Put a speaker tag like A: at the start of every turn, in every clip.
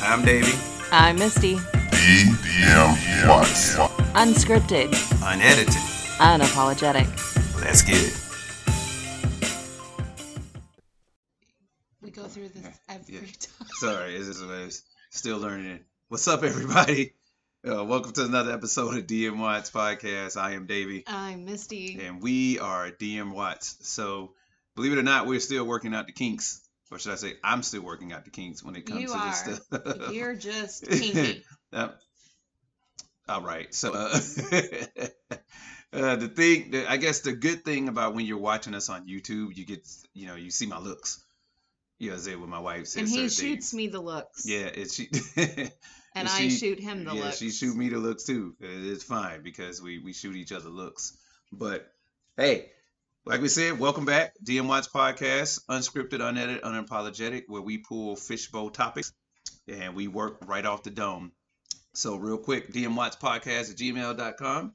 A: I'm Davey.
B: I'm Misty.
C: DM Watts.
B: Unscripted.
A: Unedited.
B: Unapologetic.
A: Let's get it.
D: We go through this every
A: Yeah.
D: time.
A: Sorry, this is what I was still learning. What's up, everybody? Uh, welcome to another episode of DM Watts Podcast. I am Davey,
D: I'm Misty.
A: and we are DM Watts. So, believe it or not, we're still working out the kinks. Or should I say, I'm still working out the kinks when it comes
D: You
A: to this
D: are.
A: stuff.
D: You're just kinky.
A: Yep. All right. So, uh, uh, the thing, the, I guess the good thing about when you're watching us on YouTube, you get, you know, you see my looks. You know, what I'm saying, when my wife says
D: and
A: certain
D: he shoots
A: things.
D: me the looks.
A: Yeah, and she.
D: And
A: and
D: I
A: she-
D: shoot him the
A: yeah,
D: looks.
A: she shoot me the looks too. It's fine because we we shoot each other looks. But hey, like we said, welcome back, DM Watch Podcast, unscripted, unedited, unapologetic, where we pull fishbowl topics and we work right off the dome. So real quick, DM Watch Podcast at gmail.com.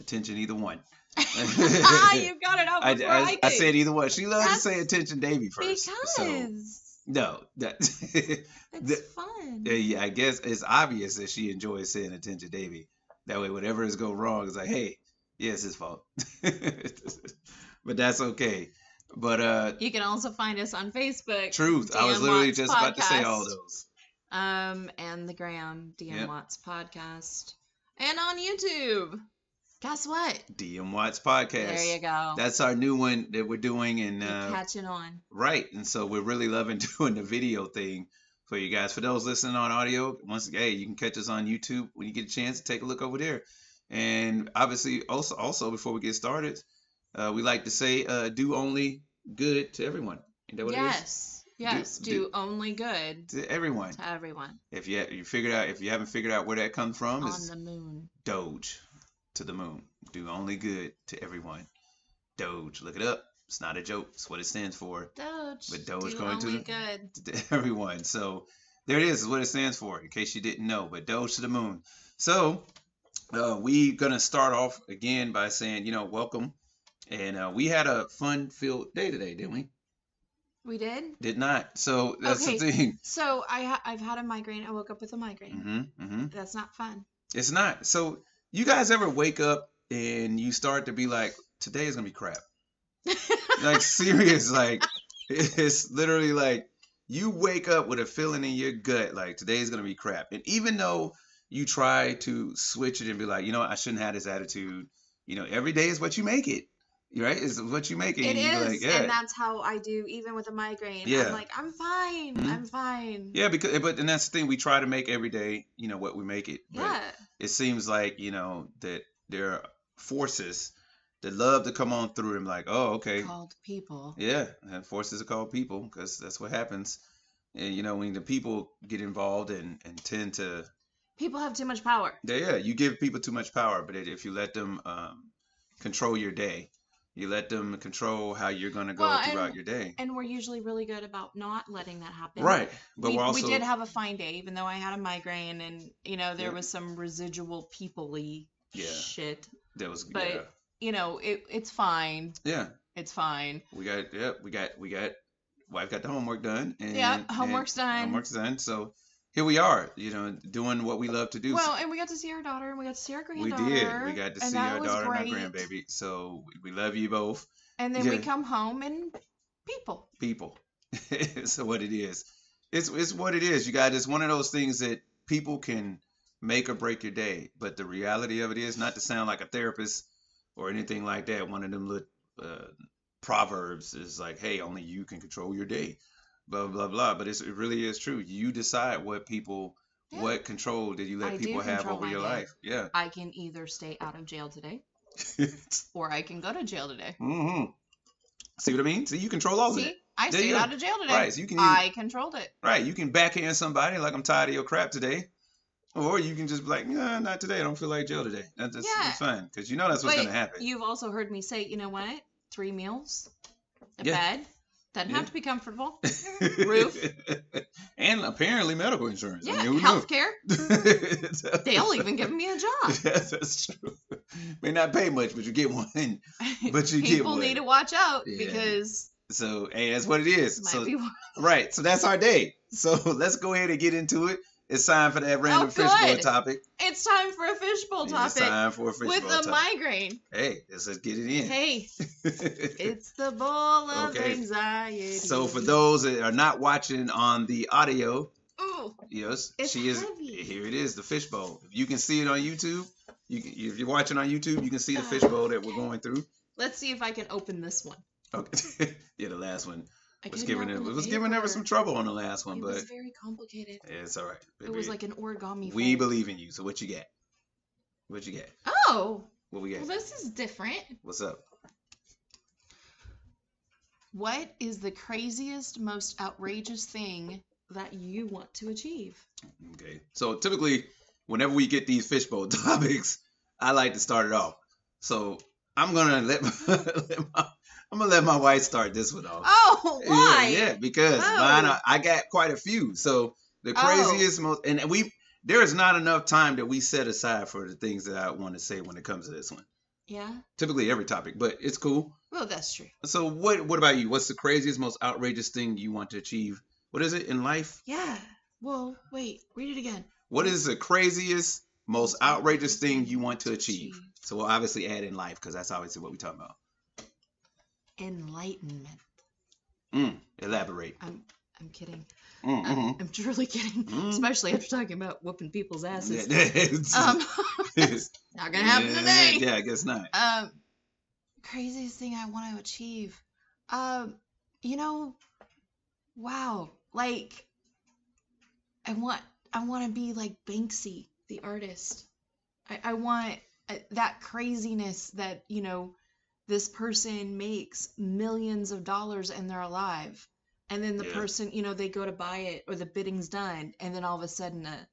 A: Attention either one.
D: you got it out
A: I,
D: before I,
A: I, I
D: did.
A: said either one. She loves to
D: That's
A: say attention Davy first.
D: because
A: So no, that
D: it's
A: the-
D: fun.
A: yeah, yeah, I guess it's obvious that she enjoys saying attention, Davy. That way, whatever is go wrong, it's like, hey, yeah, it's his fault. but that's okay. But uh,
D: You can also find us on Facebook.
A: truth, I was
D: DM
A: literally
D: Watts
A: just about to say all
D: Podcast.
A: those.
D: Um, and the Gram DM
A: Yep.
D: Watts podcast, and on YouTube. Guess what?
A: DM Watts podcast.
D: There you go.
A: That's our new one that we're doing, and
D: You're
A: uh,
D: catching on.
A: Right. And so we're really loving doing the video thing for you guys. For those listening on audio, once hey, you can catch us on YouTube when you get a chance to take a look over there. And obviously also also before we get started, uh, we like to say uh, do only good to everyone. You know what
D: Yes, yes.
A: Do-
D: Do,
A: do-
D: only good
A: it is? To everyone.
D: to everyone
A: If you you figured out if you haven't figured out where that comes from,
D: on
A: it's
D: the moon.
A: Doge to the moon. Do only good to everyone. Doge, look it up. It's not a joke. It's what it stands for.
D: Doge.
A: But Doge
D: do
A: going to
D: only
A: the-
D: good.
A: to everyone. So there it is, is what it stands for, in case you didn't know. But Doge to the Moon. So uh, we gonna start off again by saying, you know, welcome. And uh, we had a fun-filled day today, didn't we?
D: We did.
A: Did not. So that's the
D: Okay.
A: thing.
D: So I ha- I've had a migraine. I woke up with a migraine.
A: hmm hmm
D: That's not fun.
A: It's not. So you guys ever wake up and you start to be like, today is gonna be crap. like serious like it's literally like you wake up with a feeling in your gut like today's gonna be crap and even though you try to switch it and be like you know what, i shouldn't have this attitude you know every day is what you make it right is what you make it,
D: It
A: and you be
D: is,
A: like yeah
D: and that's how I do even with a migraine.
A: Yeah.
D: I'm like, I'm fine.
A: Mhm.
D: I'm fine.
A: yeah because but and that's the thing we try to make every day you know what we make it but
D: Yeah.
A: it seems like you know that there are forces that love to come on through and be like oh okay
D: Called people.
A: Yeah, and forces are called people because that's what happens. And you know, when the people get involved and, and tend to,
D: People have too much power.
A: yeah, yeah, you give people too much power. But it- if you let them um, control your day, you let them control how you're going to go
D: Well, and-
A: throughout your day.
D: And we're usually really good about not letting that happen.
A: Right. But
D: we,
A: we, are
D: we
A: also,
D: did have a fine day, even though I had a migraine and, you know, there
A: Yeah.
D: was some residual people-y
A: Yeah.
D: shit.
A: that was,
D: but-
A: yeah,
D: You know, it, it's fine.
A: yeah,
D: It's fine.
A: we got, yeah, we got, we got, wife got the homework done. And,
D: yeah,
A: and
D: homework's done.
A: Homework's done. So here we are, you know, doing what we love to do.
D: Well, and we got to see our daughter and we got to see our
A: we did.
D: granddaughter.
A: We got to
D: and
A: see
D: that
A: our
D: was
A: daughter and our
D: great.
A: grandbaby. So we love you both.
D: And then we
A: Yeah.
D: come home and people.
A: people. it's what it is. It's it's what it is. You got it's one of those things that people can make or break your day. But the reality of it is not to sound like a therapist or anything like that. One of them little uh, proverbs is like, "Hey, only you can control your day." Blah blah blah. But it's, it really is true. You decide what people,
D: Yeah.
A: what control did you let
D: I do
A: people have
D: control
A: over
D: my
A: your
D: day.
A: life? Yeah.
D: I can either stay out of jail today or I can go to jail today.
A: hmm See what I mean? See, you control all of
D: See,
A: it.
D: I
A: There you
D: stayed
A: go.
D: out of jail today.
A: Right. So you can. either-
D: I controlled it.
A: Right. You can backhand somebody like I'm tired of your crap today. Or you can just be like, nah, not today. I don't feel like jail today. That- That's,
D: Yeah.
A: that's fine. Because you know that's what's
D: But
A: going to happen.
D: You've also heard me say, you know what? Three meals, a
A: Yeah.
D: bed, doesn't
A: Yeah.
D: have to be comfortable. Roof.
A: and apparently medical insurance.
D: Yeah,
A: I mean, who
D: health care.
A: knew?
D: They'll even give me a job.
A: Yes, that's true. May not pay much, but you get one. But you get
D: People
A: one.
D: need to watch out
A: Yeah.
D: because
A: So, hey, that's what it is.
D: this might
A: So,
D: be
A: Right. So that's our day. So let's go ahead and get into it. It's time for that random
D: Oh,
A: fishbowl
D: good.
A: topic.
D: It's time for a fishbowl
A: It's
D: topic
A: time for a fishbowl
D: with a
A: topic.
D: migraine.
A: hey, let's just get it in.
D: Hey, it's the bowl of
A: Okay.
D: anxiety.
A: so for those that are not watching on the audio,
D: Ooh,
A: yes,
D: It's
A: she is
D: heavy.
A: here. It is the fishbowl. If you can see it on YouTube, you can, if you're watching on YouTube, you can see the
D: Ah,
A: fishbowl that we're going through.
D: let's see if I can open this one.
A: Okay, yeah, the last one
D: I
A: was
D: couldn't
A: giving it
D: open the
A: was giving
D: paper.
A: ever some trouble on the last one,
D: It
A: but
D: was very complicated.
A: it's all right.
D: It was like an origami.
A: we
D: fold.
A: believe in you. So what you got? What you got?
D: Oh,
A: What we
D: well,
A: got?
D: this is different.
A: What's up?
D: What is the craziest, most outrageous thing that you want to achieve?
A: Okay. So typically, whenever we get these fishbowl topics, I like to start it off. So I'm gonna let, let my, I'm gonna let my wife start this one off.
D: Oh,
A: Yeah,
D: why?
A: Yeah, because
D: Oh.
A: mine are, I got quite a few. So the
D: Oh.
A: craziest, most, and we there is not enough time that we set aside for the things that I want to say when it comes to this one.
D: Yeah.
A: Typically every topic, but it's cool.
D: Well, that's true.
A: So what what about you? What's the craziest, most outrageous thing you want to achieve? What is it in life?
D: Yeah. Well, wait. Read it again.
A: What is the craziest, most outrageous thing you want to achieve? So we'll obviously add in life because that's obviously what we're talking about.
D: Enlightenment.
A: Mm, elaborate.
D: I'm. I'm kidding.
A: Mm,
D: I'm-
A: mhm.
D: I'm truly kidding.
A: Mhm.
D: Especially after talking about whooping people's asses.
A: Yeah,
D: Um, it's not gonna happen
A: yeah,
D: today.
A: Yeah, I guess not.
D: Um, craziest thing I want to achieve. Um, you know, wow, like I want I want to be like Banksy, the artist. I I want uh, that craziness that, you know, this person makes millions of dollars and they're alive. And then the
A: Yeah.
D: person, you know, they go to buy it or the bidding's done and then all of a sudden uh,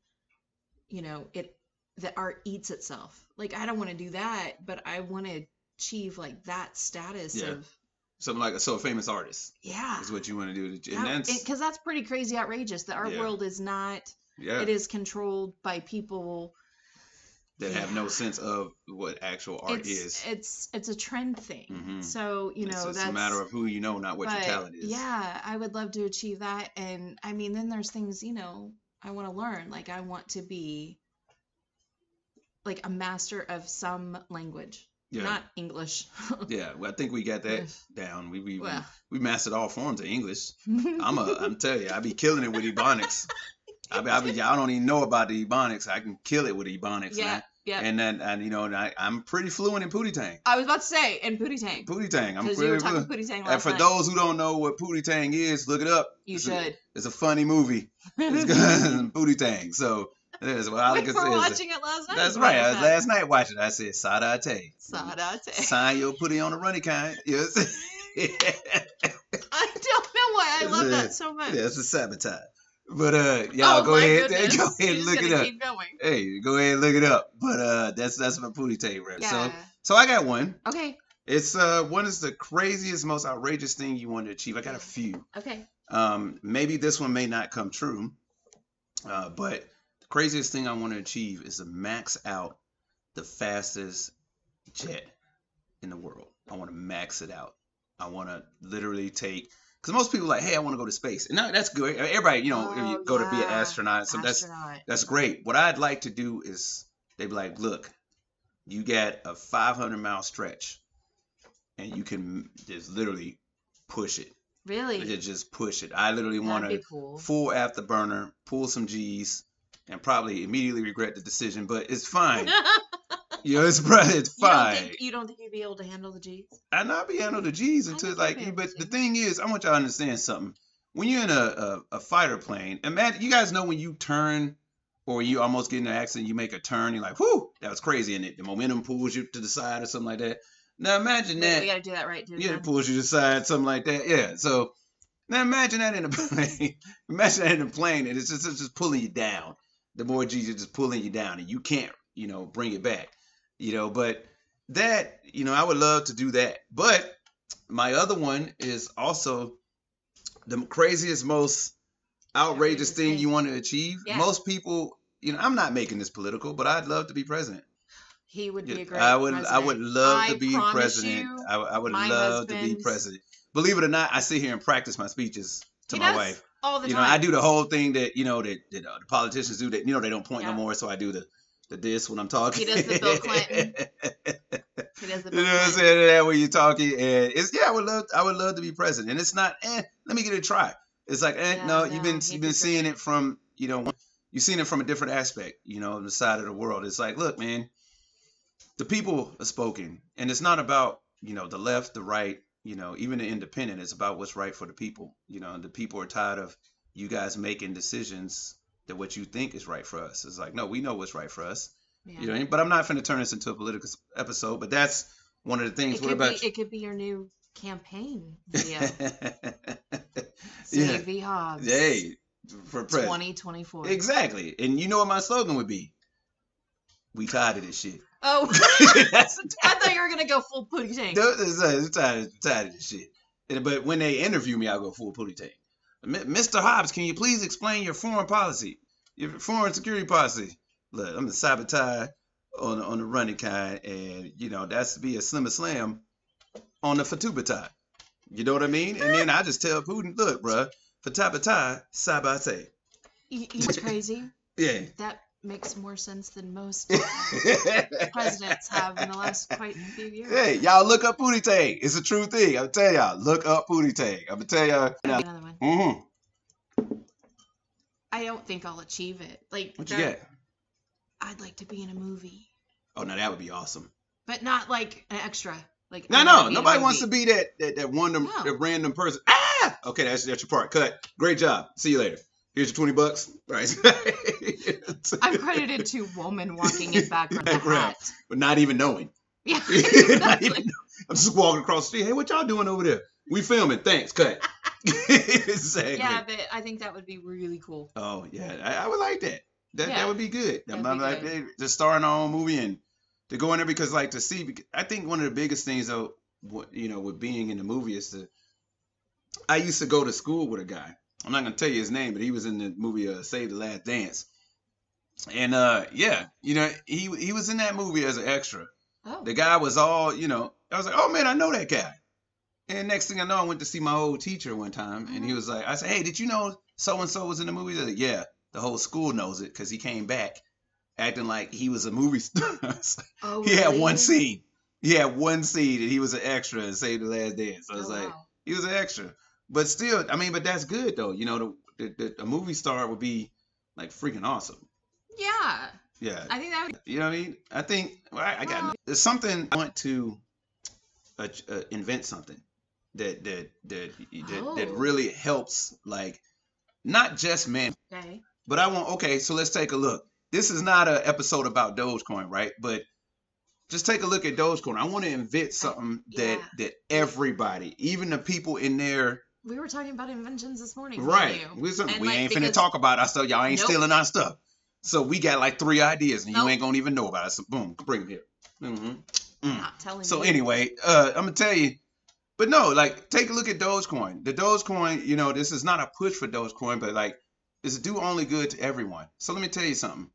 D: you know, it the art eats itself. Like I don't want to do that, but I want to achieve like that status
A: Yeah.
D: of
A: Something like so a famous artist
D: yeah.
A: is what you want to do, to- and
D: Because
A: that's
D: that's, pretty crazy outrageous. The art
A: Yeah.
D: world is not,
A: yeah
D: it is controlled by people.
A: that have no
D: yeah.
A: sense of what actual art
D: it's,
A: is.
D: It's it's a trend thing.
A: Mhm.
D: So, you know,
A: it's, it's
D: that's
A: a matter of who you know, not what your
D: but,
A: talent is.
D: Yeah, I would love to achieve that. And I mean, then there's things, you know, I want to learn. Like, I want to be like a master of some language,
A: yeah,
D: not English.
A: yeah. Well, I think we got that down. We we, we-
D: well,
A: we mastered all forms of English. I'm a, I'm telling you, I be killing it with ebonics. I be, I be, I don't even know about the ebonics. I can kill it with ebonics.
D: yeah,
A: now.
D: yeah.
A: And then, and you know, and I, I'm pretty fluent in pootie tang.
D: I was about to say, and Booty Tang.
A: Pootie tang. I'm
D: Because you were
A: pretty
D: talking
A: fluent.
D: Booty Tang
A: And
D: last
A: for
D: night.
A: those who don't know what pootie tang is, look it up.
D: you
A: it's
D: should.
A: A, it's a funny movie. It's good. pootie tang. So that's what I
D: We
A: like to
D: were
A: say. is-
D: watching it last night.
A: That's
D: for
A: right.
D: the
A: I was
D: first
A: last night watching. it. I said sadate.
D: time. Sadate.
A: Sign your pootie on the runny kind. Yes.
D: I don't know why I love that so much.
A: Yeah, it's a sabotage. But uh, y'all
D: Oh
A: go
D: my
A: ahead,
D: goodness.
A: go ahead,
D: You're
A: and
D: just
A: look it
D: gonna
A: up.
D: Keep going.
A: Hey, go ahead, and look it up. But uh, that's that's my pootie tape rep. So
D: Yeah.
A: so I got one.
D: okay.
A: It's uh, one is the craziest, most outrageous thing you want to achieve. I got a few.
D: Okay.
A: Um, maybe this one may not come true. Uh, but the craziest thing I want to achieve is to max out the fastest jet in the world. I want to max it out. I want to literally take because most people are like, hey, I want to go to space, and that- that's good. Everybody, you know, if
D: Oh,
A: you go to be an
D: yeah.
A: astronaut, so that's
D: Astronaut.
A: that's great. What I'd like to do is they'd be like, look, you got a 500 mile stretch, and you can just literally push it.
D: Really?
A: You can just push it. I literally want to
D: That'd be cool.
A: full afterburner, pull some G's, and probably immediately regret the decision. But it's fine. you know, it's probably it's
D: You don't,
A: fine.
D: think, you don't think you'd be able to handle the G's?
A: I not be handle the G's
D: I
A: until
D: think you'll
A: like
D: be
A: you.
D: able
A: But the
D: to.
A: thing is, I want y'all to understand something. When you're in a, a, a fighter plane, imagine you guys know when you turn or you almost get in an accident, you make a turn, you're like, whoo, that was crazy, and it the momentum pulls you to the side or something like that. Now imagine
D: We-
A: that.
D: we gotta do that right, dude.
A: Yeah, it pulls you to the side, something like that. Yeah. So now imagine that in a plane. imagine that in a plane, and it's just it's just pulling you down. The more G's are just pulling you down, and you can't, you know, bring it back. You know, but that, you know, I would love to do that. But my other one is also the craziest, most outrageous
D: Outrageous
A: thing
D: thing.
A: you want to achieve.
D: Yeah.
A: Most people, you know, I'm not making this political, but I'd love to be president.
D: He would be
A: Yeah,
D: a great
A: I would I
D: president.
A: would love
D: I
A: to be
D: promise
A: president.
D: you,
A: I, would- I would
D: my
A: love to be
D: husband-
A: president. Believe it or not, I sit here and practice my speeches to
D: He
A: my
D: does.
A: wife.
D: all the
A: you know,
D: time.
A: I do the whole thing that you know that, that uh, the politicians do. That you know they don't point no
D: Yeah.
A: more, so I do the the this when I'm talking.
D: does the Bill Clinton. He does the
A: you know what I'm
D: best.
A: saying? That when you're talking, and it's yeah, I would love I would love to be president, and it's not. Eh, let me get a try. It's like eh,
D: Yeah,
A: no, you've
D: no,
A: been
D: me
A: you've been
D: too.
A: seeing it from you know you've seen it from a different aspect, you know, on the side of the world. It's like look, man, the people are spoken, and it's not about you know the left, the right, you know, even the independent. It's about what's right for the people. You know, and the people are tired of you guys making decisions that what you think is right for us. It's like no, we know what's right for us.
D: Yeah.
A: You know, what I mean? but I'm not going to turn this into a political s- episode. But that's one of the things.
D: it
A: what
D: could
A: about?
D: be it could be your new campaign video.
A: Yeah.
D: Steve V. Hobbs.
A: hey, for president.
D: 2024.
A: Exactly, and you know what my slogan would be? We tired of this shit.
D: Oh,
A: that's
D: I thought you were gonna go full pudding tank.
A: No, it's, uh, it's tired, it's tired of this shit. And- But when they interview me, I go full pooty tank. M- Mr. Hobbs, can you please explain your foreign policy, your foreign security policy? Look, I'm the sabotage on the- on the running kind, and you know that's be a slim slam on the fatubatai. You know what I mean? And then I just tell Putin, look, bruh, fatubatai sabate.
D: You, you know what's crazy?
A: Yeah.
D: That makes more sense than most presidents have in the last quite few years.
A: Hey, y'all look up Pootie Tang. It's a true thing. I'm tell y'all, look up Pootie Tang. I'm gonna tell y'all.
D: Give me Another one.
A: Mm-hmm.
D: I don't think I'll achieve it. Like,
A: What you
D: there-
A: got?
D: I'd like to be in a movie,
A: Oh no, that would be awesome. but
D: but not like an extra. Like,
A: No,
D: I
A: no,
D: wanna be in a
A: nobody wants to
D: movie.
A: be that that that random
D: No.
A: that random person. Ah, okay, that's that's your part. Cut. Great job. See you later. Here's your twenty bucks. All right.
D: I'm credited to woman walking in background. with a
A: Background.
D: hat.
A: but not even knowing.
D: Yeah.
A: Not even
D: exactly.
A: know- I'm just walking across the street. Hey, what y'all doing over there? We filming. Thanks. Cut. exactly.
D: Yeah, but I think that would be really cool.
A: Oh yeah, I, I would like that. That
D: Yeah.
A: that would be good. I'm
D: That'd
A: not
D: be
A: like
D: good.
A: they- to star in our own movie and to go in there because like to see. bec- I think one of the biggest things though, what you know, with being in the movie is to. I used to go to school with a guy. I'm not gonna tell you his name, but he was in the movie uh, Save the Last Dance. And uh, yeah, you know, he he was in that movie as an extra.
D: Oh,
A: The guy was all, you know, I was like, oh man, I know that guy. And next thing I know, I went to see my old teacher one time, and
D: Mm-hmm.
A: he was like, I said, hey, did you know so and so was in the movie? They're Like, yeah, the whole school knows it because he came back acting like he was a movie star. I was like,
D: oh
A: he had one
D: really?
A: scene. He had one scene, and he was an extra and saved the last dance. So I
D: Oh,
A: was like,
D: wow.
A: he was an extra. But still, I mean, but that's good though. You know, the, the, the a movie star would be like freaking awesome.
D: yeah,
A: Yeah,
D: I think that would
A: you know what I mean? I think well, I, I got
D: Well-
A: there's something I want to uh, ch- uh, invent something that that that that, that
D: Oh.
A: really helps like not just man,
D: be okay.
A: but I want okay. So let's take a look. This is not an episode about Dogecoin, right? But just take a look at Dogecoin. I want to invent something that
D: yeah.
A: that everybody, even the people in there,
D: We were talking about inventions this morning. weren't
A: right?
D: you?
A: We, something,
D: And,
A: we
D: like,
A: ain't finna
D: because-
A: talk about our stuff. Y'all ain't
D: Nope.
A: stealing our stuff. So we got like three ideas, and you
D: Nope.
A: ain't gonna even know about it. So boom, bring them here. hmm
D: I'm not telling
A: So
D: you.
A: anyway, uh, I'm gonna tell you, but no, like take a look at Dogecoin. The Dogecoin, you know, this is not a push for Dogecoin, but like it's do only good to everyone. So let me tell you something.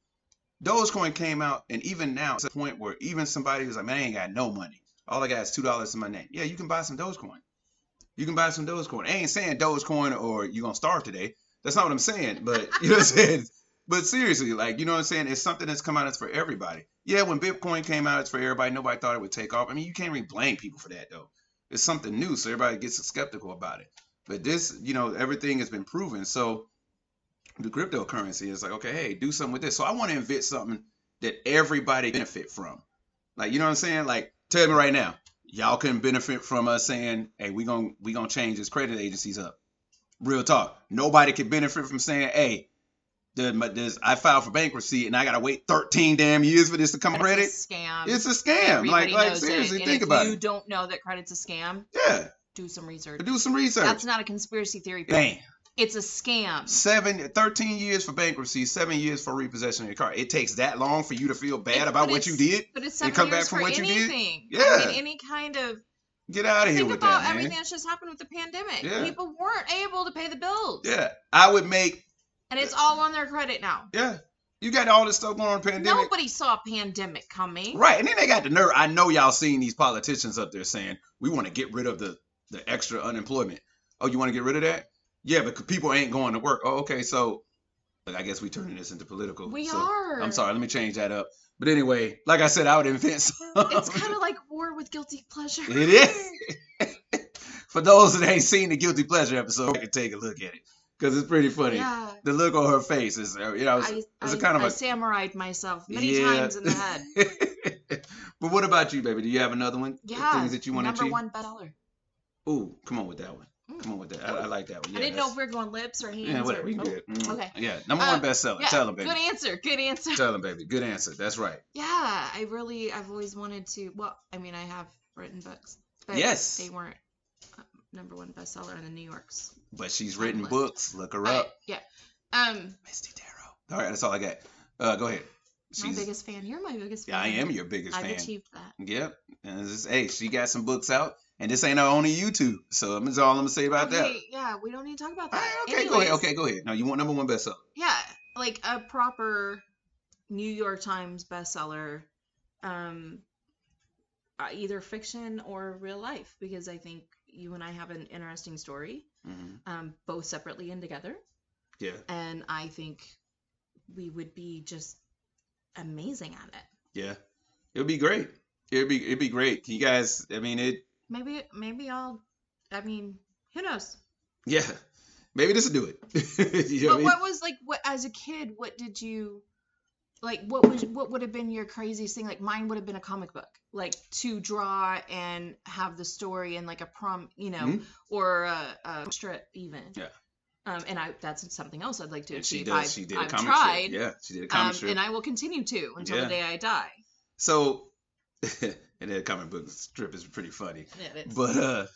A: Dogecoin came out, and even now it's a point where even somebody who's like, man, I ain't got no money. All I got is two dollars in my name. Yeah, you can buy some Dogecoin. You can buy some Dogecoin. I ain't saying Dogecoin or you're gonna starve today. That's not what I'm saying. But you know what I'm saying. But seriously, like you know what I'm saying? It's something that's come out that's for everybody. Yeah, when Bitcoin came out, it's for everybody. Nobody thought it would take off. I mean, you can't really blame people for that though. It's something new, so everybody gets skeptical about it. But this, you know, everything has been proven. So the cryptocurrency is like, okay, hey, do something with this. So I want to invent something that everybody benefit from. Like, you know what I'm saying? Like, tell me right now, y'all can benefit from us saying, hey, we gonna we gonna change this credit agencies up. Real talk. Nobody could benefit from saying, hey, the, my, this, I filed for bankruptcy and I gotta wait 13 damn years for this to come
D: It's a
A: credit.
D: scam.
A: It's a scam. Like,
D: Everybody
A: like
D: knows it,
A: seriously,
D: and
A: think
D: if
A: about
D: you
A: it.
D: don't know that credit's a scam,
A: Yeah,
D: do some research.
A: do some research.
D: That's not a conspiracy theory.
A: Dang,
D: It's a scam.
A: seven, 13 years for bankruptcy, seven years for repossession of your car. It takes that long for you to feel bad
D: It-
A: about
D: but
A: what you
D: it's-
A: did?
D: But it's
A: And
D: seven
A: come
D: years
A: back from
D: for
A: what you did?
D: anything. I
A: Yeah.
D: mean, any kind of
A: Get out of here
D: think
A: with
D: about
A: that, man.
D: everything that's just happened with the pandemic.
A: Yeah.
D: People weren't able to pay the bills,
A: Yeah, I would make.
D: and it's all on their credit now.
A: Yeah, you got all this stuff going on pandemic.
D: Nobody saw a pandemic coming.
A: Right, and then they got the nerve. I know y'all seen these politicians up there saying we want to get rid of the the extra unemployment. Oh, you want to get rid of that? Yeah, but c- people ain't going to work. Oh, okay, so like I guess we turning this into political.
D: We
A: so-
D: are.
A: I'm sorry, let me change that up. But anyway, like I said, I would invent something.
D: It's kind of like war with guilty pleasure.
A: It is. For those that ain't seen the guilty pleasure episode, I can take a look at it because it's pretty funny.
D: Yeah.
A: The look on her face is, uh, you know, it's-
D: I,
A: was a
D: I-
A: kind of
D: I
A: a-
D: samurai'd myself many
A: Yeah.
D: times in the head.
A: but what about you, baby? Do you have another one? The
D: Yeah.
A: Things that you want to
D: number
A: achieve?
D: one dollar.
A: Ooh, come on with that one.
D: Mm.
A: Come on with that. I, I like that one. Yeah,
D: I didn't know if
A: that's-
D: we were going lips or hands.
A: Yeah, whatever.
D: Or,
A: We can
D: oh,
A: do it. Mm.
D: okay.
A: Yeah, number
D: Uh,
A: one bestseller.
D: yeah,
A: Tell them, baby.
D: Good answer. Good answer.
A: Tell them, baby. Good answer. That's right.
D: Yeah, I really, I've always wanted to. Well, I mean, I have written books, but
A: Yes.
D: they weren't um, number one bestseller in the New York's.
A: But she's written
D: Unless-
A: books. Look her
D: I-
A: up.
D: yeah. Um,
A: Misty Darrow. All right, that's all I got. Uh, go ahead.
D: my
A: She's,
D: biggest fan. You're my biggest fan.
A: yeah, I am your biggest
D: I've
A: fan.
D: achieved that.
A: Yep. And this is, hey, she got some books out, and this ain't her only YouTube. So that's all I'm gonna say about that.
D: Okay, yeah, we don't need to talk about
A: All
D: that.
A: right, okay, go ahead.
D: Anyways,
A: Okay, go ahead. No, you want number one bestseller.
D: Yeah, like a proper New York Times bestseller, um, uh, either fiction or real life, because I think you and I have an interesting story,
A: Mhm.
D: um, both separately and together.
A: Yeah.
D: and I think we would be just amazing at it.
A: Yeah. It would be great. It'd be it'd be great. Can you guys? I mean, it.
D: Maybe, maybe I'll. I mean, who knows?
A: Yeah. Maybe this will do it. you know what
D: but
A: I mean?
D: what was like, what as a kid, what did you like? What was what would have been your craziest thing? Like mine would have been a comic book, like to draw and have the story and like a prom, you know,
A: Mhm.
D: or a, a strip even.
A: Yeah.
D: Um, and I that's something else I'd like to
A: And
D: achieve.
A: she does.
D: I've,
A: she did
D: I've
A: a comic
D: tried,
A: strip. Yeah, she did a comic
D: um,
A: strip.
D: and I will continue to until
A: Yeah.
D: the day I die.
A: so, and that comic book strip is pretty funny.
D: Yeah, it's-
A: But uh,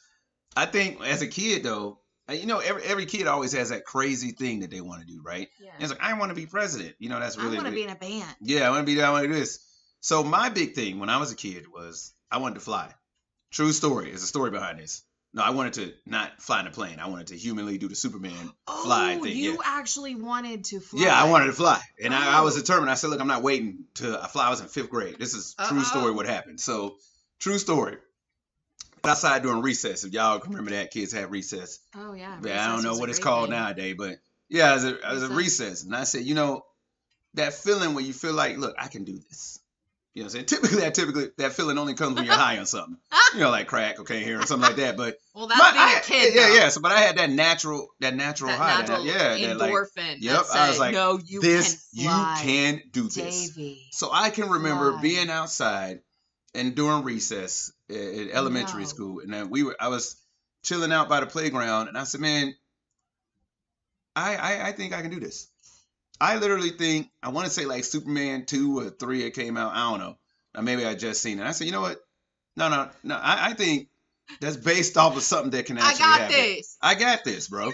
A: I think as a kid though, uh, you know, every every kid always has that crazy thing that they want to do, right?
D: yeah.
A: And it's like I want to be president. You know, that's
D: I
A: really
D: want to
A: big.
D: be in a band.
A: yeah, I want to be that. I want to do this. So my big thing when I was a kid was I wanted to fly. True story. There's a story behind this. No, I wanted to not fly in a plane. I wanted to humanly do the Superman fly
D: oh,
A: thing.
D: you
A: yeah.
D: actually wanted to fly.
A: Yeah, I wanted to fly, and I, I was
D: Oh.
A: determined. I said, "Look, I'm not waiting to I fly." I was in fifth grade. This is true story.
D: Uh-oh.
A: What happened? So, true story. Outside during recess, if y'all can remember that, kids had recess.
D: Oh yeah.
A: But I don't
D: recess
A: know
D: was a
A: what it's
D: great
A: called
D: thing.
A: nowadays, but yeah, as a as a
D: Recess.
A: recess, and I said, you know, that feeling when you feel like, look, I can do this. You know, what I'm saying typically, that typically that feeling only comes when you're high on something. You know, like crack, cocaine, here, or something like that. But
D: Well, that's
A: my-
D: being
A: I-
D: a kid.
A: yeah,
D: though.
A: yeah. So, but I had that natural, that natural
D: That
A: high,
D: natural
A: that, yeah, that like
D: endorphin. that
A: yep, I was
D: said,
A: like,
D: no, you
A: this
D: can fly,
A: you can do this
D: Davey.
A: so i can remember
D: Fly.
A: being outside and during recess i- in elementary
D: No.
A: school and then we were i was chilling out by the playground and i said man i i, I think i can do this i literally think i want to say like superman 2 or 3 it came out i don't know or maybe i just seen it i said you know what no no no i, I think that's based off of something that can
D: I
A: actually
D: got
A: happen.
D: this.
A: I got this, bro.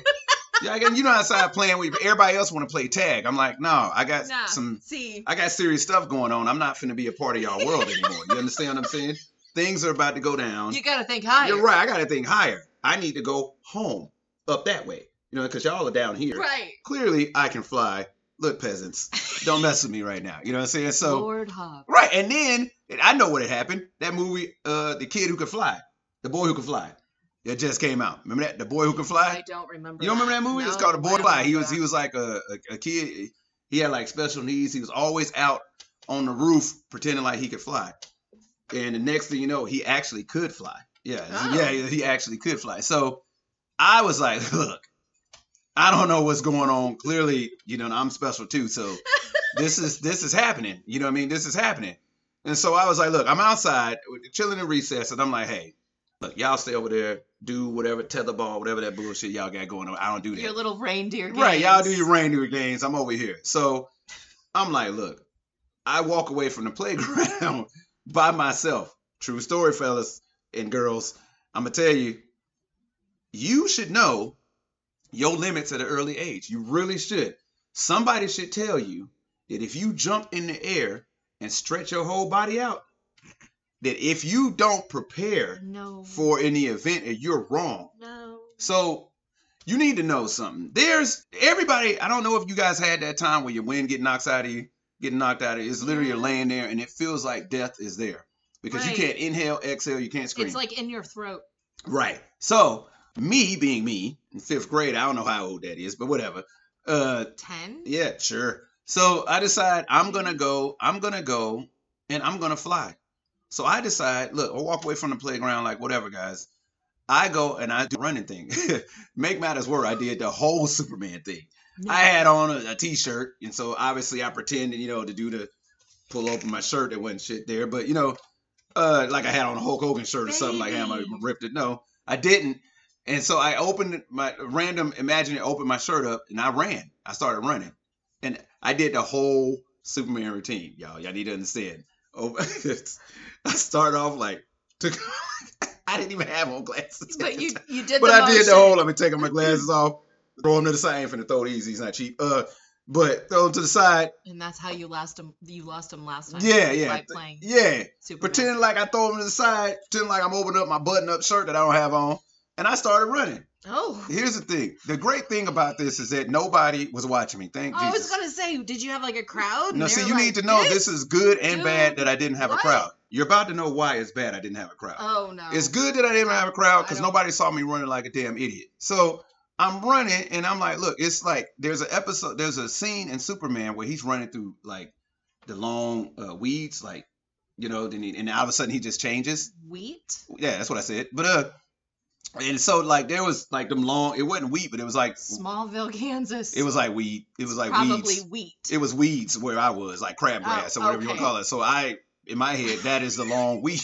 A: yeah, I got, you know outside playing with everybody else want to play tag. I'm like, no, I got
D: Nah.
A: some,
D: See,
A: I got serious stuff going on. I'm not finna be a part of y'all world anymore. You understand what I'm saying? Things are about to go down.
D: you gotta think higher.
A: You're right. I got to think higher. I need to go home up that way. You know, because y'all are down here.
D: Right.
A: Clearly, I can fly. Look, peasants, don't mess with me right now. You know what I'm saying? So.
D: Lord Hub.
A: Right, and then and I know what had happened. That movie, uh, the kid who could fly, the boy who could fly, it just came out. Remember that, the boy who could fly.
D: I don't remember.
A: You don't remember that movie? it's called The Boy
D: No, I
A: Who
D: don't
A: Fly. He
D: remember
A: was he
D: that.
A: was like a, a, a kid. He had like special needs. He was always out on the roof pretending like he could fly. And the next thing you know, he actually could fly. Yeah,
D: Oh.
A: yeah, he actually could fly. So I was like, look, I don't know what's going on. Clearly, you know, I'm special too. So this is this is happening. You know what I mean? This is happening. And so I was like, look, I'm outside chilling in recess, and I'm like, hey, look, y'all stay over there, do whatever tetherball, whatever that bullshit y'all got going on. I don't do that.
D: your little reindeer.
A: Right, y'all do
D: games.
A: your reindeer games. I'm over here. So I'm like, look, I walk away from the playground by myself. True story, fellas and girls. I'm gonna tell you, you should know your limits at an early age. You really should. Somebody should tell you that if you jump in the air and stretch your whole body out, that if you don't prepare
D: No.
A: for any event or you're wrong,
D: No.
A: so you need to know something. There's everybody. I don't know if you guys had that time where your wind get knocked out of you, getting knocked out of you. It's literally you're
D: Yeah.
A: laying there and it feels like death is there because
D: Right.
A: you can't inhale, exhale, you can't scream.
D: It's like in your throat.
A: right. So me being me in fifth grade, I don't know how old that is, but whatever. Uh,
D: 10?
A: yeah, sure. So I decide I'm gonna go, I'm gonna go, and I'm gonna fly. So I decide, look, I walk away from the playground, like whatever, guys. I go and I do a running thing. Make matters worse, I did the whole Superman thing. I had on a, a t-shirt, and so obviously I pretended, you know, to do the pull open my shirt. There wasn't shit there, but you know, uh, like I had on a Hulk Hogan shirt or something like that. I
D: Baby.
A: ripped it. No, I didn't. And so I opened my random, imagine it, opened my shirt up, and I ran. I started running, and I did the whole Superman routine, y'all. Y'all need to understand. Over, I started off like, took, I didn't even have on glasses. at
D: But
A: the
D: you
A: time
D: you did
A: but
D: the
A: I did the
D: motion.
A: whole. I've been taking my glasses off, throw them to the side. I ain't finna throw these. He's not cheap. Uh, but throw them to the side.
D: And that's how you lost him you lost him last time.
A: Yeah, yeah.
D: By playing
A: Yeah,
D: Superman.
A: pretending like I throw them to the side, pretending like I'm opening up my button-up shirt that I don't have on, and I started running.
D: Oh.
A: Here's the thing. The great thing about this is that nobody was watching me. Thank
D: Oh, I was
A: Jesus.
D: gonna say, did you have like a crowd?
A: Now,
D: And they
A: see,
D: were
A: you
D: like,
A: need to know this is good and
D: dude,
A: bad that I didn't have
D: what?
A: a crowd. You're about to know why it's bad I didn't have a crowd.
D: Oh no.
A: It's good that I didn't have a crowd
D: I
A: because
D: don't-
A: nobody saw me running like a damn idiot. So I'm running and I'm like, look, it's like there's an episode, there's a scene in Superman where he's running through like the long uh, weeds, like you know, then he, and all of a sudden he just changes.
D: wheat?
A: Yeah, that's what I said. But uh, and so like there was like them long, it wasn't wheat, but it was like
D: Smallville, Kansas.
A: it was like weed, it was like
D: probably
A: weeds
D: wheat.
A: it was weeds where I was, like crabgrass
D: Oh,
A: or whatever you want
D: okay.
A: to call it. So I, in my head, that is the long weed.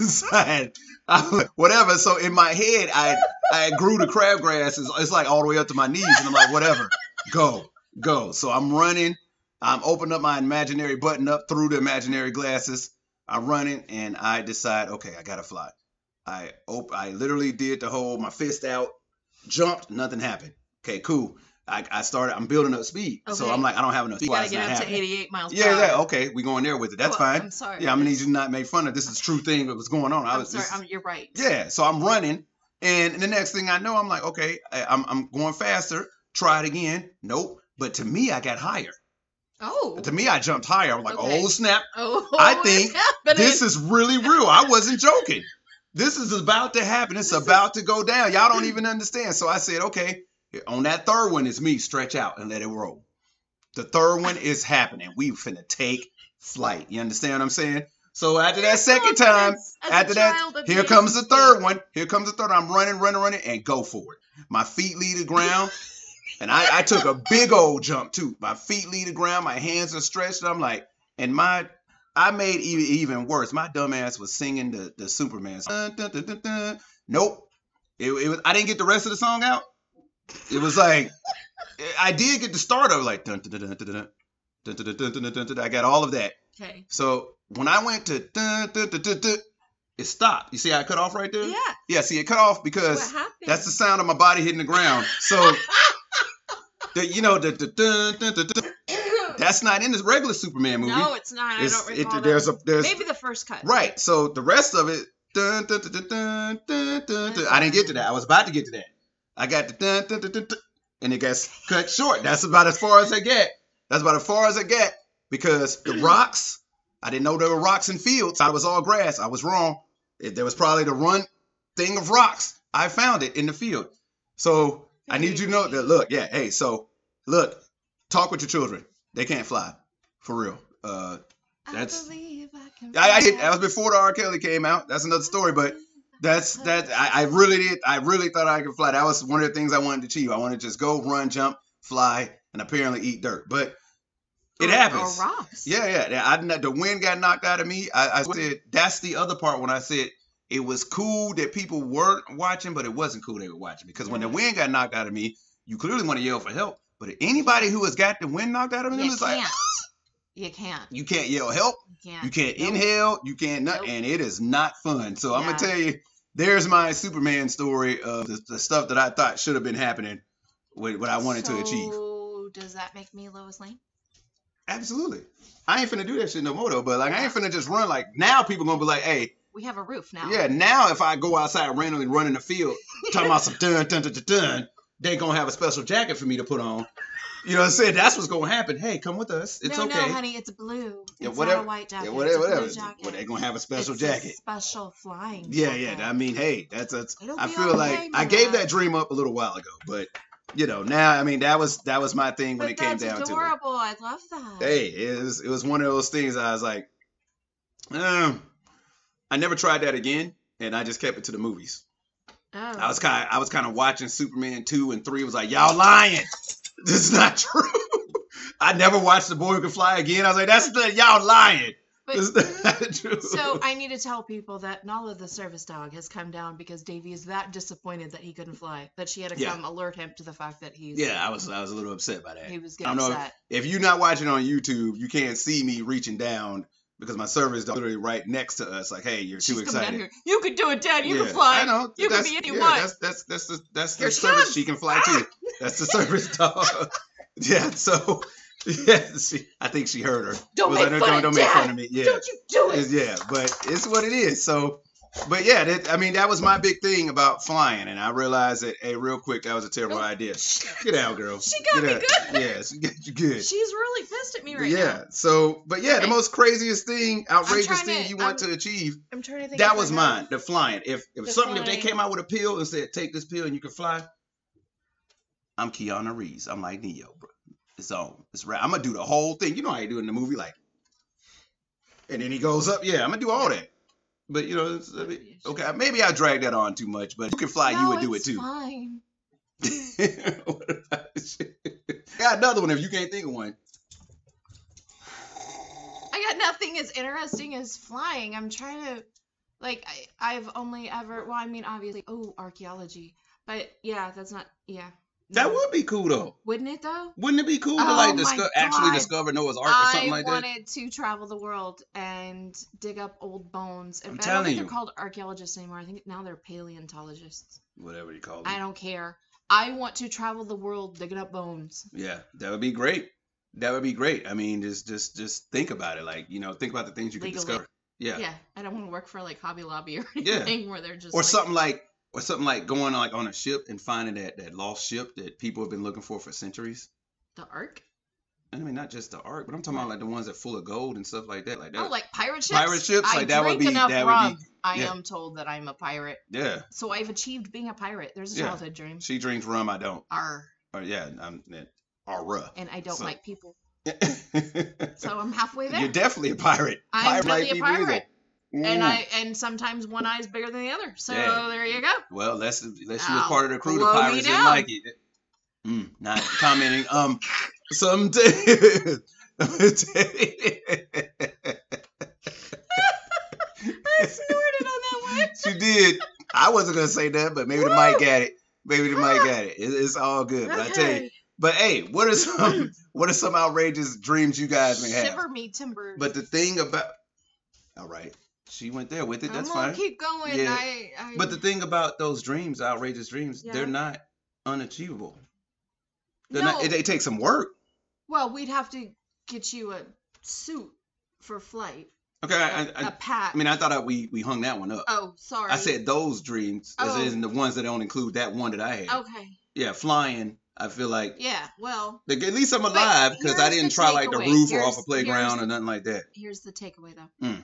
A: Side, I'm like, whatever. So in my head, I I grew the crabgrass. It's, it's like all the way up to my knees, and I'm like, whatever, go, go. So I'm running. I'm opening Um, up my imaginary button up through the imaginary glasses. I'm running, and I decide, okay, I gotta fly. I op- I literally did the whole my fist out, jumped, nothing happened. Okay, cool. I, I started. I'm building up speed, so
D: Okay.
A: I'm like, I don't have enough
D: you
A: speed. why
D: gotta
A: it's
D: get
A: not
D: up to
A: happening.
D: 88 miles per
A: Yeah,
D: hour.
A: yeah. Okay, we going there with it. That's
D: Well,
A: fine.
D: I'm sorry.
A: yeah, I'm gonna need you to not make fun of this. Is a true thing that was going on. I
D: I'm
A: was.
D: sorry.
A: this is-
D: I'm, you're right.
A: yeah, so I'm running, and the next thing I know, I'm like, okay, I, I'm I'm going faster. Try it again. Nope. But to me, I got higher.
D: Oh.
A: To me, I jumped higher. I'm like,
D: Okay.
A: oh snap!
D: Oh.
A: I
D: it's
A: think
D: happening.
A: This is really real. I wasn't joking. This is about to happen. It's
D: This is-
A: about to go down. Y'all don't even understand. So I said, okay, on that third one, it's me. Stretch out and let it roll. The third one is happening. We finna take flight. You understand what I'm saying? So after that second time,
D: Confidence as a
A: after that,
D: child of
A: here
D: being
A: comes the
D: scared.
A: third one. Here comes the third. I'm running, running, running, and go for it. My feet leave the ground, and I, I took a big old jump too. My feet leave the ground. My hands are stretched. I'm like, and my, I made even even worse. My dumbass was singing the the Superman. Song. Dun, dun, dun, dun, dun. Nope, it, it was. I didn't get the rest of the song out. It was like, I did get the start of like dun dun dun dun dun dun dun dun dun dun dun dun. dun. I got all of that.
D: Okay.
A: So when I went to dun, dun, dun, dun, dun, it stopped. You see how it cut off right there?
D: Yeah.
A: Yeah, see it cut off
D: What
A: because
D: happened?
A: that's the sound of my body hitting the ground. So the, you know the, the dun, dun, dun, dun, that's not in this regular Superman movie.
D: No, it's not.
A: It's-
D: I don't recall
A: it, there's
D: that.
A: a there's
D: Maybe the first cut.
A: right. So the rest of it dun, dun, dun, dun, dun, dun, dun, dun. I didn't get to that. I was about to get to that. I got the dun, dun, dun, dun, dun, and it got cut short. That's about as far as I get. That's about as far as I get because the rocks. I didn't know there were rocks in fields. I was all grass. I was wrong. It- There was probably the run thing of rocks. I found it in the field. So I need you to know that. Look, yeah, hey, so look, talk with your children. They can't fly, for real. Uh, that's-
D: I believe I can.
A: I, I
D: fly.
A: did. That was before the R. Kelly came out. That's another story. But that's that. I, I really did. I really thought I could fly. That was one of the things I wanted to achieve. I wanted to just go, run, jump, fly, and apparently eat dirt. But it
D: Or-
A: happens.
D: Or rocks.
A: Yeah, yeah. yeah. I didn't- the wind got knocked out of me. I, I said that's the other part when I said it was cool that people weren't watching, but it wasn't cool they were watching because when the
D: Yeah.
A: wind got knocked out of me, you clearly want to yell for help. But anybody who has got the wind knocked out of them
D: You
A: is like
D: can't. You can't.
A: you can't yell help.
D: You can't.
A: You can't
D: Nope.
A: inhale, you can't not,
D: Nope.
A: and it is not fun. So I'm gonna
D: Yeah.
A: tell you, there's my Superman story of the, the stuff that I thought should have been happening, what, what I wanted to achieve.
D: So does that make me Lois Lane?
A: Absolutely, I ain't finna do that shit no more though. But like, I ain't finna just run. Like now, people gonna be like, hey,
D: We have a roof now.
A: yeah, now if I go outside randomly run in the field, talking about some dun dun dun dun dun, they gonna have a special jacket for me to put on. You know what I'm saying? That's what's gonna happen. Hey, come with us. It's
D: no,
A: okay.
D: no, honey, it's blue. It's
A: Yeah,
D: not
A: whatever-
D: a white jacket.
A: yeah, whatever,
D: It's a blue
A: whatever.
D: jacket.
A: Well, they gonna have a special
D: It's a
A: jacket.
D: special flying.
A: Yeah, yeah.
D: jacket.
A: I mean, hey, that's that's.
D: It'll
A: I
D: be uh,
A: feel
D: all
A: like
D: right,
A: I gave
D: Mariah.
A: that dream up a little while ago, but you know, now I mean, that was that was my thing when
D: but
A: it came
D: that's
A: down to it.
D: adorable. I love that.
A: Hey, it was it was one of those things. I was like, um, I never tried that again, and I just kept it to the movies.
D: oh.
A: I was kind of I was kind of watching Superman two and three. Was like, y'all lying. This is not true. I never watched The Boy Who Could Fly again. I was like, that's the y'all lying.
D: But-
A: This is not true.
D: so I need to tell people that Nala the service dog has come down because Davy is that disappointed that he couldn't fly that she had to
A: Yeah.
D: come alert him to the fact that he's
A: yeah, I was I was a little upset by that.
D: he was
A: I don't
D: getting
A: know if-
D: upset.
A: if you're not watching on YouTube, you can't see me reaching down because my server's literally right next to us. Like, hey, you're
D: She's
A: too
D: coming
A: excited.
D: down here. You could do it, Dad. You
A: yeah,
D: could fly.
A: I know.
D: You can
A: that's,
D: be
A: yeah,
D: anyone.
A: That's that's that's the that's the
D: Here she
A: service
D: comes.
A: she can fly
D: Ah!
A: too. That's the service dog. yeah. So yeah, she, I think she heard her.
D: Don't
A: Was
D: make
A: like,
D: fun
A: don't,
D: of
A: don't make
D: Dad.
A: fun of me. Yeah.
D: Don't you do it?
A: It's- yeah, but it's what it is. So, but yeah, that, I mean, that was my big thing about flying, and I realized that, hey, real quick, that was a terrible
D: Oh.
A: idea. Get out, girl.
D: She
A: Get
D: got me
A: out.
D: good.
A: Yeah, she got you good.
D: She's really pissed at me
A: But
D: right
A: yeah.
D: now.
A: So, but yeah, the
D: Okay.
A: most craziest thing, outrageous
D: trying
A: thing
D: to-
A: you want
D: I'm-
A: to achieve,
D: I'm trying to think.
A: that
D: if I
A: was
D: know.
A: mine. The flying. If if
D: The
A: something, if they
D: flying.
A: came out with a pill and said, take this pill and you can fly, I'm Keanu Reeves. I'm like Neo, bro. It's on. It's right. I'm gonna do the whole thing. You know how you do in the movie, like, and then he goes up. Yeah, I'm gonna do all that. But you know, it's, I mean, okay, maybe I dragged that on too much. But if you can fly, you
D: No,
A: would do it
D: it's
A: too.
D: Fine.
A: What about you? Got another one if you can't think of one.
D: I got nothing as interesting as flying. I'm trying to, like, I, I've only ever, well, I mean, obviously, oh, archaeology. But yeah, that's not, yeah.
A: That
D: no.
A: would be cool though.
D: Wouldn't it though?
A: Wouldn't it be cool to
D: Oh
A: like
D: my
A: disco- actually
D: God.
A: discover Noah's Ark or
D: I
A: something like that?
D: wanted to travel the world and dig up old bones.
A: I'm
D: And I don't
A: telling
D: think
A: you.
D: they're called archaeologists anymore. I think now they're paleontologists.
A: Whatever you call
D: I
A: it.
D: don't care. I want to travel the world digging up bones.
A: Yeah, that would be great. That would be great. I mean, just just just think about it. Like you know, think about the things you could
D: Legally.
A: discover. Yeah.
D: Yeah. I don't want to work for like Hobby Lobby or
A: Yeah.
D: anything where they're just
A: Or
D: like,
A: something like or something like going like on a ship and finding that that lost ship that people have been looking for for centuries.
D: the Ark.
A: And I mean, not just the Ark, but I'm talking about like the ones that full of gold and stuff like that. Like that.
D: Oh, like pirate ships.
A: Pirate ships,
D: I
A: like, that would
D: drink
A: be-
D: enough
A: that would be-
D: rum. I
A: yeah.
D: am told that I'm a pirate,
A: yeah.
D: so I've achieved being a pirate. There's a
A: Yeah.
D: childhood dream.
A: She drinks rum. I don't.
D: R
A: Or yeah. I'm. Or rough.
D: and I don't
A: So-
D: like people, so I'm halfway there.
A: You're definitely a pirate.
D: I'm
A: Pirate like
D: really a
A: people either.
D: pirate,
A: Mm.
D: and I and sometimes one eye's bigger than the other. So
A: Yeah.
D: there you go.
A: Well, unless unless she was
D: Ow.
A: part of the crew, the
D: Blow me
A: pirates didn't
D: down.
A: like it. Mm, not commenting. Um, some. she
D: I snorted on that one.
A: did. I wasn't gonna say that, but maybe the mic got it. Maybe the mic got it. It- It's all good. But I tell you.
D: Okay.
A: But hey, what are some what are some outrageous dreams you guys may have?
D: Shiver me timbers.
A: But the thing about all right, she went there with it. That's
D: I'm gonna
A: fine.
D: Keep going.
A: Yeah.
D: I, I,
A: But the thing about those dreams, outrageous dreams,
D: Yeah.
A: they're not unachievable. They're
D: no,
A: not, they take some work.
D: well, we'd have to get you a suit for flight.
A: Okay,
D: A
A: I, I,
D: a
A: I,
D: pack.
A: I mean, I thought I, we we hung that one up.
D: oh, Uh, sorry.
A: I said those dreams, as
D: Oh.
A: in the ones that don't include that one that I had.
D: Okay.
A: Yeah, flying. I feel like,
D: Yeah. Well,
A: like, at least I'm alive because I
D: here's
A: didn't
D: the
A: try like the
D: takeaway.
A: roof or
D: Here's-
A: off a playground
D: here's-
A: or nothing like that.
D: here's the takeaway though.
A: Mm.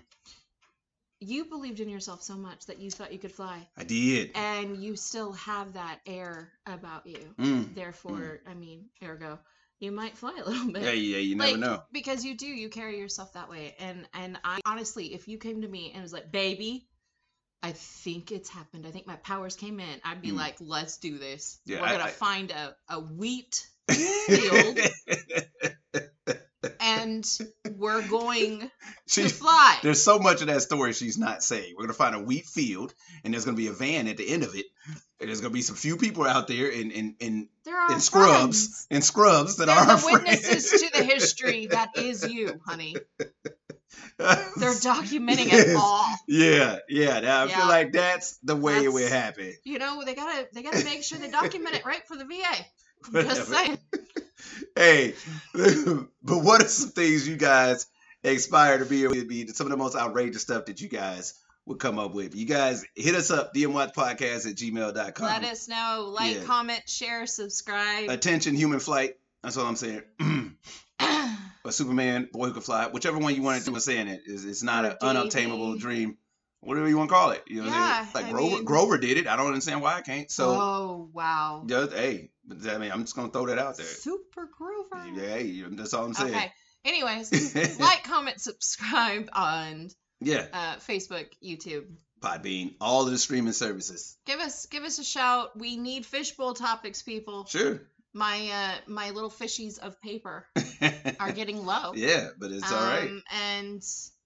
D: You believed in yourself so much that you thought you could fly,
A: I did.
D: and you still have that air about you.
A: Mm.
D: Therefore, I mean, ergo, you might fly a little bit.
A: Yeah, yeah, you never
D: Like,
A: know.
D: Because you do, you carry yourself that way. And and I honestly, if you came to me and was like, "Baby, I think it's happened. I think my powers came in." I'd be
A: Mm.
D: like, "Let's do this.
A: Yeah,
D: We're
A: I-
D: gonna
A: I-
D: find a a wheat field.
A: she,
D: and we're going to fly."
A: There's so much of that story she's not saying. We're gonna find a wheat field, and there's gonna be a van at the end of it, and there's gonna be some few people out there in in in,
D: They're our
A: in scrubs
D: friends.
A: in scrubs that
D: They're
A: are
D: the
A: our
D: witnesses to the history that is you, honey.
A: friends.
D: They're documenting
A: Yes.
D: it all.
A: yeah, yeah. that- I
D: Yeah.
A: feel like that's the way it would
D: That's-
A: happen.
D: You know, they gotta they gotta make sure they document it right for the VA. Just
A: Whatever.
D: saying.
A: Hey, but what are some things you guys aspire to be? Would be some of the most outrageous stuff that you guys would come up with. You guys hit us up, dmwatchpodcast at gmail.com.
D: Let us know. Like,
A: Yeah.
D: comment, share, subscribe.
A: Attention, human flight. That's all I'm saying. or Superman, Boy Who Could Fly, whichever one you want to do. I'm saying it is it's not an
D: Or
A: unobtainable
D: DB.
A: dream. Whatever you want to call it, you know, what I'm saying?
D: Yeah,
A: like
D: I
A: Grover,
D: mean-
A: Grover did it. I don't understand why I can't. So,
D: oh wow.
A: just, hey, but I mean, I'm just gonna throw that out there.
D: Super Grover.
A: Yeah, hey, that's all I'm saying.
D: Okay. Anyways, like, comment, subscribe on
A: Yeah,
D: uh, Facebook, YouTube.
A: Podbean, all of the streaming services.
D: Give us give us a shout. We need fishbowl topics, people.
A: Sure.
D: My uh my little fishies of paper are getting low.
A: yeah, but it's all right.
D: Um, And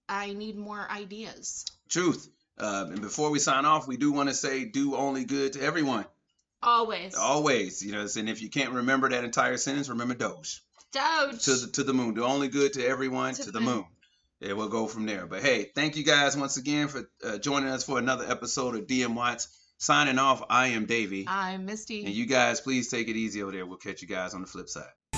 D: I need more ideas.
A: Truth. Uh, and before we sign off, we do want to say do only good to everyone.
D: Always.
A: Always, you know, and if you can't remember that entire sentence, remember Doge.
D: Doge.
A: To the, to the moon. Do only good to everyone to, the moon. It will go from there. But hey, thank you guys once again for uh, joining us for another episode of DM Watts. Signing off, I am Davey.
D: I'm Misty.
A: and you guys, please take it easy over there. We'll catch you guys on the flip side.